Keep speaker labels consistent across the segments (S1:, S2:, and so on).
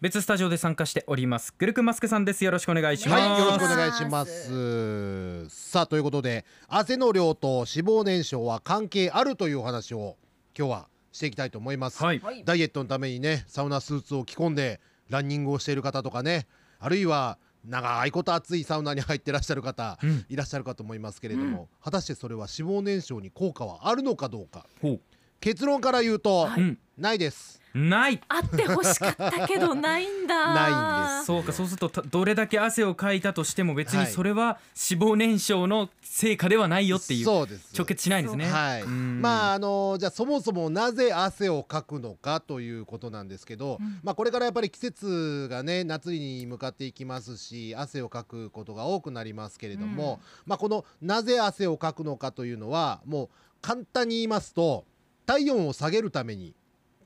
S1: 別スタジオで参加しておりますグルクマスクさんですよろしくお願いしま
S2: はい、
S1: す、
S2: よろしくお願いし
S3: し
S2: ま。
S3: ます
S2: さあ、ということで、汗の量と脂肪燃焼は関係あるというお話を今日はしていきたいと思います。
S1: はい
S3: はい
S2: ダイエットのためにね、サウナスーツを着込んでランニングをしている方とかね、あるいは長いこと暑いサウナに入ってらっしゃる方、
S1: うん
S2: いらっしゃるかと思いますけれども、果たしてそれは脂肪燃焼に効果はあるのかどうか。
S1: ほう
S2: 結論から言うと、
S3: は
S1: うん
S2: ないです。
S1: ない
S3: あって欲しかったけどないんだ
S2: ないんです
S1: そうかそうするとたどれだけ汗をかいたとしても別
S2: は
S1: に
S2: い
S1: それは脂肪燃焼の成果ではないよっていう
S2: そうです。
S1: 直結しないんですね
S2: はい、
S1: うん
S2: まああのじゃあそもそもなぜ汗をかくのかということなんですけど、まあこれからやっぱり季節がね夏に向かっていきますし汗をかくことが多くなりますけれども、まあこのなぜ汗をかくのかというのはもう簡単に言いますと体温を下げるために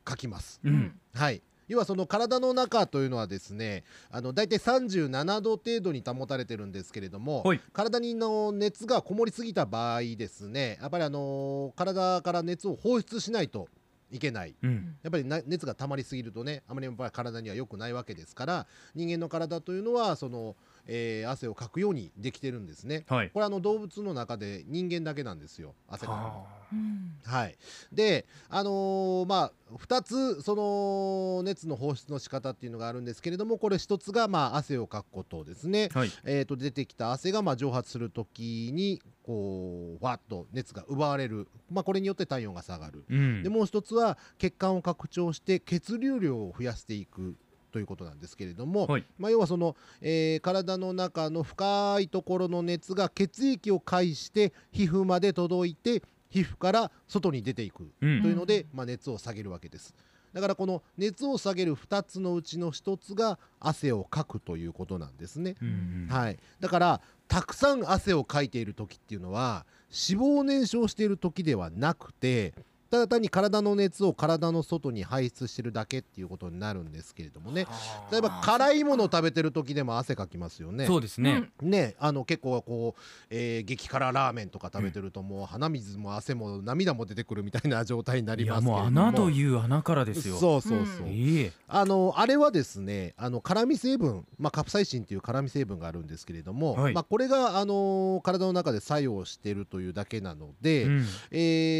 S2: かきます。
S1: う
S3: うんん
S2: はい要はその体の中というのはですねあの大体37度程度に保たれてるんですけれども
S1: はい
S2: 体にの熱がこもりすぎた場合ですねやっぱりあのー体から熱を放出しないといけない
S1: うん
S2: やっぱりな熱が溜まりすぎるとねあまりやっぱり体には良くないわけですから人間の体というのはその、えー汗をかくようにできてるんですね。
S1: はい
S2: これあの動物の中で人間だけなんですよ汗かくのは
S1: は
S3: うん
S2: はい、で、あのーまあ、2つその熱の放出の仕方っていうのがあるんですけれどもこれ1つが、まあ、汗をかくことですね、
S1: あはい
S2: えー、と出てきた汗が、まあ、蒸発するときにこうわっと熱が奪われる、まあ、これによって体温が下がる、
S1: うん
S2: でもう1つは血管を拡張して血流量を増やしていくということなんですけれども、
S1: はい
S2: まあ、要はその、えー体の中の深いところの熱が血液を介して皮膚まで届いて皮膚から外に出ていく
S1: う
S2: と
S1: ん
S2: いうので、まあ、熱を下げるわけですだからこの熱を下げる2つのうちの1つが汗をかくということなんですね、
S1: うん
S2: はい、だからたくさん汗をかいている時っていうのは脂肪を燃焼している時ではなくてただ単に体の熱を体の外に排出してるだけっていうことになるんですけれどもね
S1: あー
S2: 例えば辛いものを食べてる時でも汗かきますよね。
S1: そうですね
S2: ね、あの結構こう、えー激辛ラーメンとか食べてるともう鼻水も汗も涙も出てくるみたいな状態になり
S1: い
S2: ま
S1: や
S2: すけれ
S1: もう
S2: ども
S1: 穴という穴からですよ
S2: そうそうそう、
S3: う
S1: いえ
S2: あのあれはですねあの辛味成分、まあ、カプサイシンという辛味成分があるんですけれども、
S1: はい
S2: まあ、これが、あの体の中で作用しているというだけなので、
S1: うん
S2: え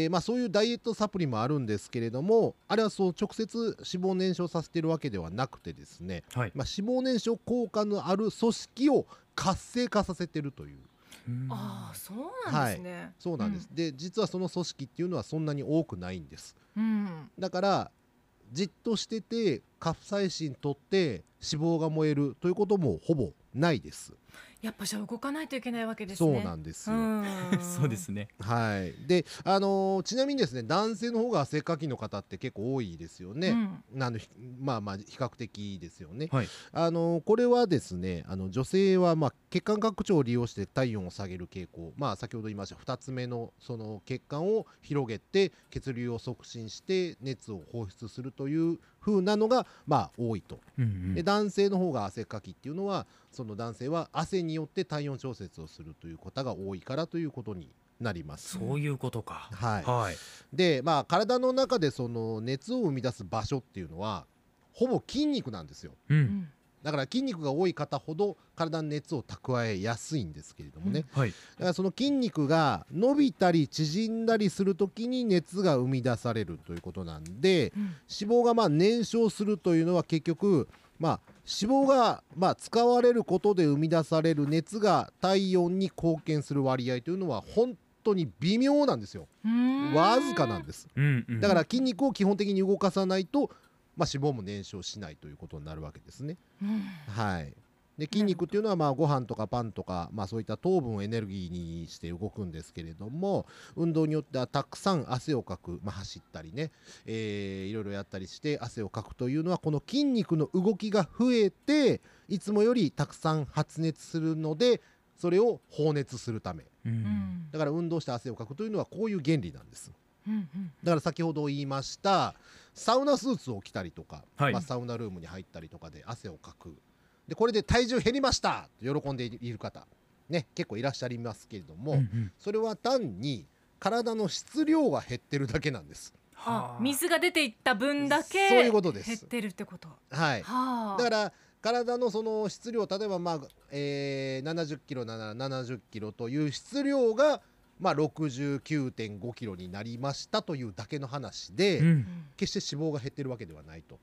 S2: ーまあ、そういうダイエットサプリもあるんですけれどもあれはそう直接脂肪を燃焼させているわけではなくてですね、
S1: はい
S2: まあ、脂肪燃焼効果のある組織を活性化させてるという
S1: うん
S3: ああそうなんですね、
S2: そうなんです、で実はその組織っていうのはそんなに多くないんです
S3: うん
S2: だからじっとしててカプサイシン取って脂肪が燃えるということもほぼないです
S3: やっぱじゃあ動かないといけないわけです
S2: そう
S3: ね
S2: なんですよ、
S3: うん
S1: そうですね
S2: はいであのーちなみにですね男性の方が汗かきの方って結構多いですよね、
S3: うん
S2: あのひまあまあ比較的ですよね。
S1: はい
S2: あのこれはですねあの女性はまあ血管拡張を利用して体温を下げる傾向、まあ、先ほど言いました2つ目のその血管を広げて血流を促進して熱を放出するという風なのがまあ多いと、
S1: うんう
S2: で
S1: ん
S2: 男性の方が汗かきっていうのはその男性は汗によって体温調節をするという方が多いからということになります。
S1: そういうことか
S2: はい、
S1: はい
S2: でまあ体の中でその熱を生み出す場所っていうのはほぼ筋肉なんですよ
S1: う
S3: うんん
S2: だから筋肉が多い方ほど体の熱を蓄えやすいんですけれどもね、
S3: う
S1: はい
S2: だからその筋肉が伸びたり縮んだりするときに熱が生み出されるということなんで
S3: うん
S2: 脂肪がまあ燃焼するというのは結局まあ脂肪がまあ使われることで生み出される熱が体温に貢献する割合というのは本当に微妙なんですよ
S3: うーん
S2: わずかなんです
S1: うんうん
S2: だから筋肉を基本的に動かさないと、まあ、脂肪も燃焼しないということになるわけですね。
S3: うん
S2: はい、で筋肉っていうのはまあご飯とかパンとか、まあ、そういった糖分をエネルギーにして動くんですけれども運動によってはたくさん汗をかく、まあ、走ったりね、えーいろいろやったりして汗をかくというのはこの筋肉の動きが増えていつもよりたくさん発熱するのでそれを放熱するため
S1: うん
S3: うん
S2: だから運動して汗をかくというのはこういう原理なんです。
S3: うんうん
S2: だから先ほど言いましたサウナスーツを着たりとか、
S1: はい
S2: まあ、サウナルームに入ったりとかで汗をかくでこれで体重減りましたと喜んでいる方、ね、結構いらっしゃいますけれども、
S1: うんうん
S2: それは単に体の質量が減ってるだけなんです
S3: あ水が出ていった分だけ
S2: そういうことです
S3: 減ってるってこと。
S2: はい、
S3: はあ。
S2: だから体のその質量例えばまあ、えー、70キロなら70キロという質量がまあ69.5キロになりましたというだけの話で、
S1: うん
S3: うん
S2: 決して脂肪が減ってるわけではないと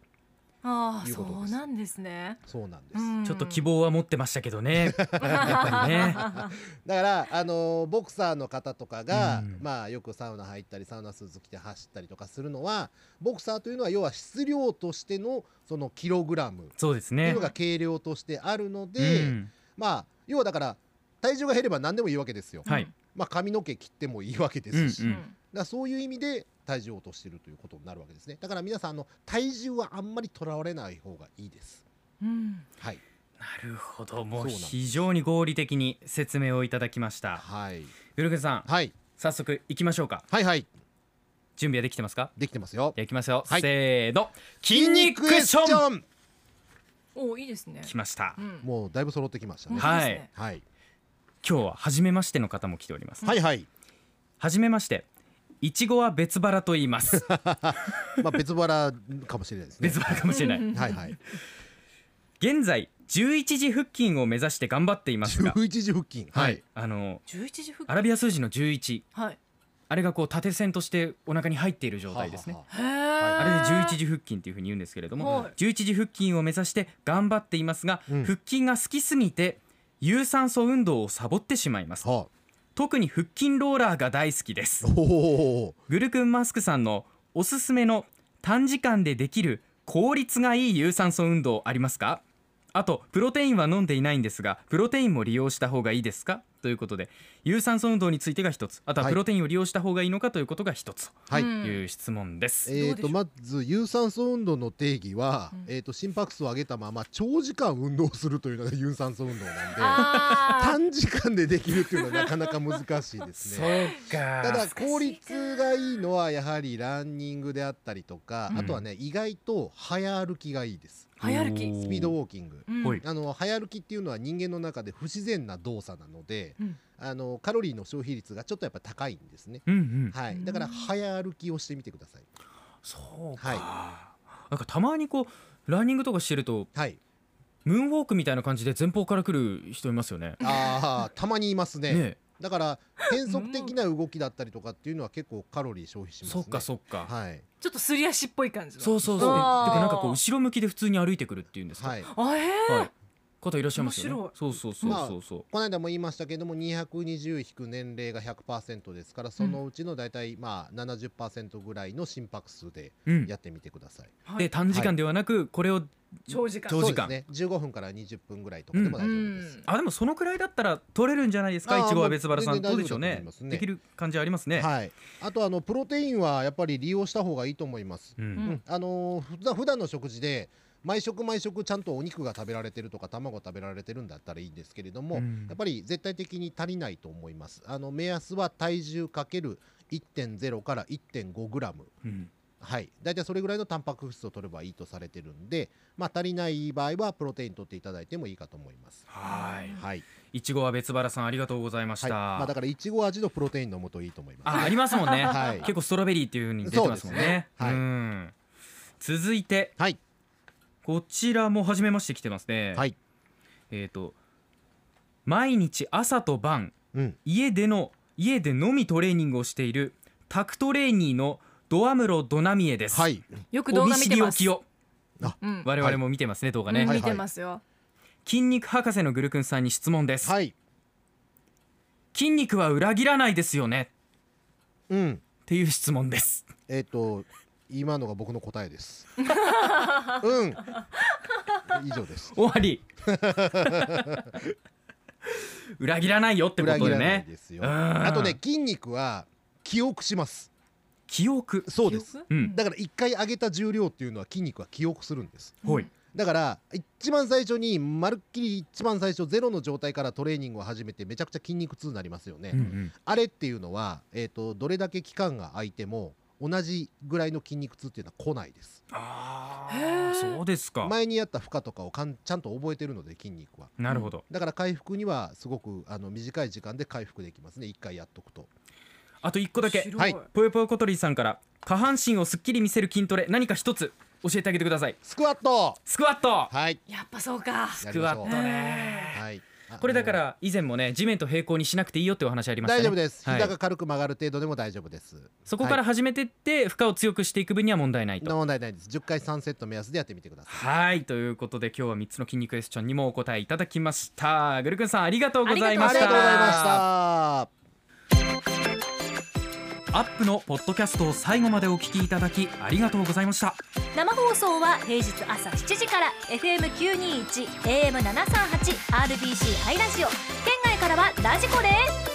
S3: ああ、
S2: いう
S3: そ
S2: ことで
S3: う
S2: す
S3: なんですね。
S2: そうなんです、
S3: うん
S1: ちょっと希。望は持ってましたけど ね。ぱりね
S2: だからあのーボクサーの方とかが、
S1: うん
S2: まあよくサウナ入ったりサウナスーツ着て走ったりとかするのはボクサーというのは要は質量としてのそのキログラム
S1: そうです
S2: という
S1: ね
S2: の。が計量としてあるの
S1: う
S2: で、
S1: ん、
S2: まあ要はだから体重が減れば何でもいいわけですよ。
S1: はい。
S2: まあ、髪の毛切ってもいいわけですし、
S1: うん
S2: だからそういう意味で体重を落としてるということになるわけですねだから皆さんあの体重はあんまりとらわれない方がいいです
S3: うん。
S2: はい
S1: なるほど。も
S2: そ
S1: う
S2: うなんです
S1: 非常に合理的に説明をいただきました。
S2: はい
S1: ゆるくんさん、
S2: はい
S1: 早速行きましょうか。
S2: はいはい
S1: 準備はできてますか？
S2: できてますよ
S1: じゃあ行きますよ。
S2: はい
S1: せーの、筋肉クッション。
S2: ン
S3: おいいですね。
S1: 来ました。
S3: うん
S2: もうだいぶ揃ってきましたね、
S1: は
S3: 本当ですね
S2: はい、
S1: 今日は初めましての方も来ております。
S2: はいはい
S1: 初めまして。いちごは別腹と言い ます。
S2: まあ別腹かもしれないですね
S1: 別腹かもしれない。
S2: はいはい
S1: 現在11時腹筋を目指して頑張っていますが、
S2: 11時腹筋はい、
S1: あの
S3: 11時付
S1: ア
S3: 近。
S1: ラビア数字の11、
S3: はい。
S1: あれがこう縦線としてお腹に入っている状態ですね。
S2: はあは
S3: へえ。
S1: あれで
S3: あ
S1: 11時腹筋というふうに言うんですけれども、
S3: はい
S1: 11時腹筋を目指して頑張っていますが、
S2: うん
S1: 腹筋が好きすぎて有酸素運動をサボってしまいます
S2: あは
S1: 特に腹筋ローラーが大好きで
S2: あ
S1: す
S2: おお
S1: グルクンマスクさんのおすすめの短時間でできる効率がいい有酸素運動ありますかあとプロテインは飲んでいないんですがプロテインも利用した方がいいですかということで有酸素運動についてが一つあとは
S2: はい
S1: プロテインを利用した方がいいのかということが一つ
S2: はい、
S1: という質問です、
S2: え
S3: どう
S2: ー、と
S3: でしょう
S2: まず有酸素運動の定義は、
S3: うん
S2: えー、と心拍数を上げたまま長時間運動するというのが 有酸素運動なんで
S3: あ
S2: 短時間でできるっていうのはなかなか難しいですね。
S1: うか
S2: ただ効率がいいのはやはりランニングであったりとか、
S1: うん
S2: あとはね意外と早歩きがいいです
S3: あ。早歩き。
S1: お
S2: スピードウォーキング。
S3: うん
S1: はい
S2: あの早歩きっていうのは人間の中で不自然な動作なので、
S3: うん
S2: あのカロリーの消費率がちょっとやっぱ高いんですね、
S1: うんうん
S2: は
S3: う
S2: い、
S3: ん
S2: だから早歩きをしてみてください
S1: そうか、
S2: はい
S1: なんかたまにこうランニングとかしてると
S2: はい
S1: ムーンウォークみたいな感じで前方から来る人いますよね。
S2: あーたまにいますね
S1: ね
S2: だから変則的な動きだったりとかっていうのは結構カロリー消費します
S1: そ
S2: ね
S1: っかそっか、
S2: はい
S3: ちょっとすり足っぽい感じの。
S1: そうそうそう
S3: う
S1: で
S3: わー
S1: なんかこう後ろ向きで普通に歩いてくるっていうんですか、
S2: はい
S3: あへえ。
S1: はい方いらっしゃいますよね
S3: 面白い
S1: そうそうそうそうそう、
S2: この間も言いましたけども220引く年齢が100%ですからそのうちの大体まあ70%ぐらいの心拍数で
S1: うん
S2: やってみてください、
S3: はい
S1: で短時間ではなくこれを、
S3: 長時間
S1: 長時間
S2: そうですね15分から20分ぐらいとかでも大丈夫です、
S3: うん
S1: あでもそのくらいだったら取れるんじゃないですか
S2: あー
S1: いちごは別腹さ
S2: も
S1: ん
S2: う
S1: ど
S2: 全然
S1: うでしょう
S2: 大
S1: ね
S2: 丈夫だと思いますね
S1: できる感じありますね、
S2: はい、あとあのプロテインはやっぱり利用した方がいいと思います、
S1: うん
S3: うん
S2: あのーふだ普段の食事で毎食毎食ちゃんとお肉が食べられてるとか卵食べられてるんだったらいいんですけれども、
S1: うん
S2: やっぱり絶対的に足りないと思いますあの目安は体重かける1.0から1.5グラム
S1: うん
S2: はい大体それぐらいのタンパク質を取ればいいとされてるんでまあ足りない場合はプロテイン取っていただいてもいいかと思います
S1: はー
S2: はい、
S1: いいちごは別腹さんありがとうございまし
S2: はい
S1: た、
S2: まあ、だからいちご味のプロテイン飲むといいと思います
S1: あありますもんね、
S2: はい
S1: 結構ストロベリーっていう風に出てますもんね
S2: そうですねはい
S1: ん続いて
S2: はい
S1: こちらも初めまして来てますね、
S2: はい
S1: えっ、と毎日朝と晩
S2: うん
S1: 家での家でのみトレーニングをしているタクトレーニーのドアムロドナミエです、、
S2: はいい
S3: よく動画見てます。
S1: を
S3: うん。
S1: 我々も見てますね、動画ね、
S3: うん
S2: はい
S3: 見てますよ。
S1: 筋肉博士のグルクンさんに質問です、
S2: はい
S1: 筋肉は裏切らないですよね
S2: うん
S1: っていう質問です
S2: えっ、と今のが僕の答えです。うん。以上です。
S1: 終わ り裏切らないよってこ
S2: 裏切
S1: とで
S2: らない
S1: ね
S2: ですよ。
S1: うん
S2: あとね筋肉は記憶します。
S1: 記憶
S2: そうです。
S3: 記憶。
S1: うん
S2: だから一回上げた重量っていうのは筋肉は記憶するんです。
S1: ほい
S2: だから一番最初にまるっきり一番最初ゼロの状態からトレーニングを始めてめちゃくちゃ筋肉痛になりますよね。
S1: うんうん
S2: あれっていうのはえっ、とどれだけ期間が空いても同じぐらいの筋肉痛っていうのは来ないです。
S1: あ
S3: へ
S1: あ
S3: ー
S1: そうですか
S2: 前にやった負荷とかをかんちゃんと覚えてるので筋肉は。
S1: なるほど
S2: だから回復にはすごくあの短い時間で回復できますね一回やっとくと
S1: あと一個だけ
S4: 白
S2: は
S1: ぽよぽよことりさんから下半身をすっきり見せる筋トレ何か一つ教えてあげてください
S2: スクワット
S1: スクワット
S2: はい
S4: やっぱそうか。
S1: スクワット
S2: やりましょ
S1: ね
S2: うはいあ
S1: これだから以前もね地面と平行にしなくていいよっていうお話ありました
S2: 大
S1: ね
S2: 丈夫です
S1: は
S2: 膝が
S1: い、
S2: 軽く曲がる程度でも大丈夫です
S1: そこから
S2: は
S1: 始めてって負荷を強くしていく分には問題ない
S2: い
S1: と
S2: 問題ないです10回3セット目安でやってみてください
S1: はいということで今日は3つの筋肉クエスチョンにもお答えいただきましたぐるくんさんありがとうございま
S2: あ
S1: し
S2: り
S1: た
S2: がとうございました
S1: アップのポッドキャストを最後までお聞きいただきありがとうございました
S3: 生放送は平日朝7時から FM921 AM738 RBC ハイラジオ県外からはラジコで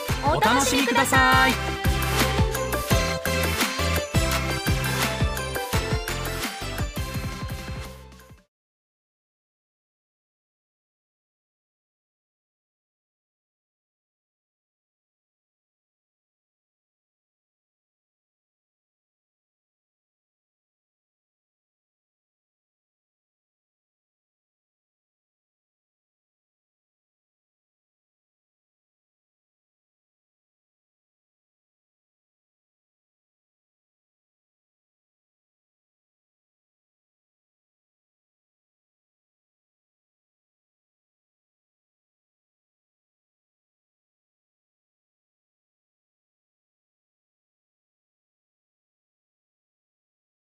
S3: すお楽しみください
S1: い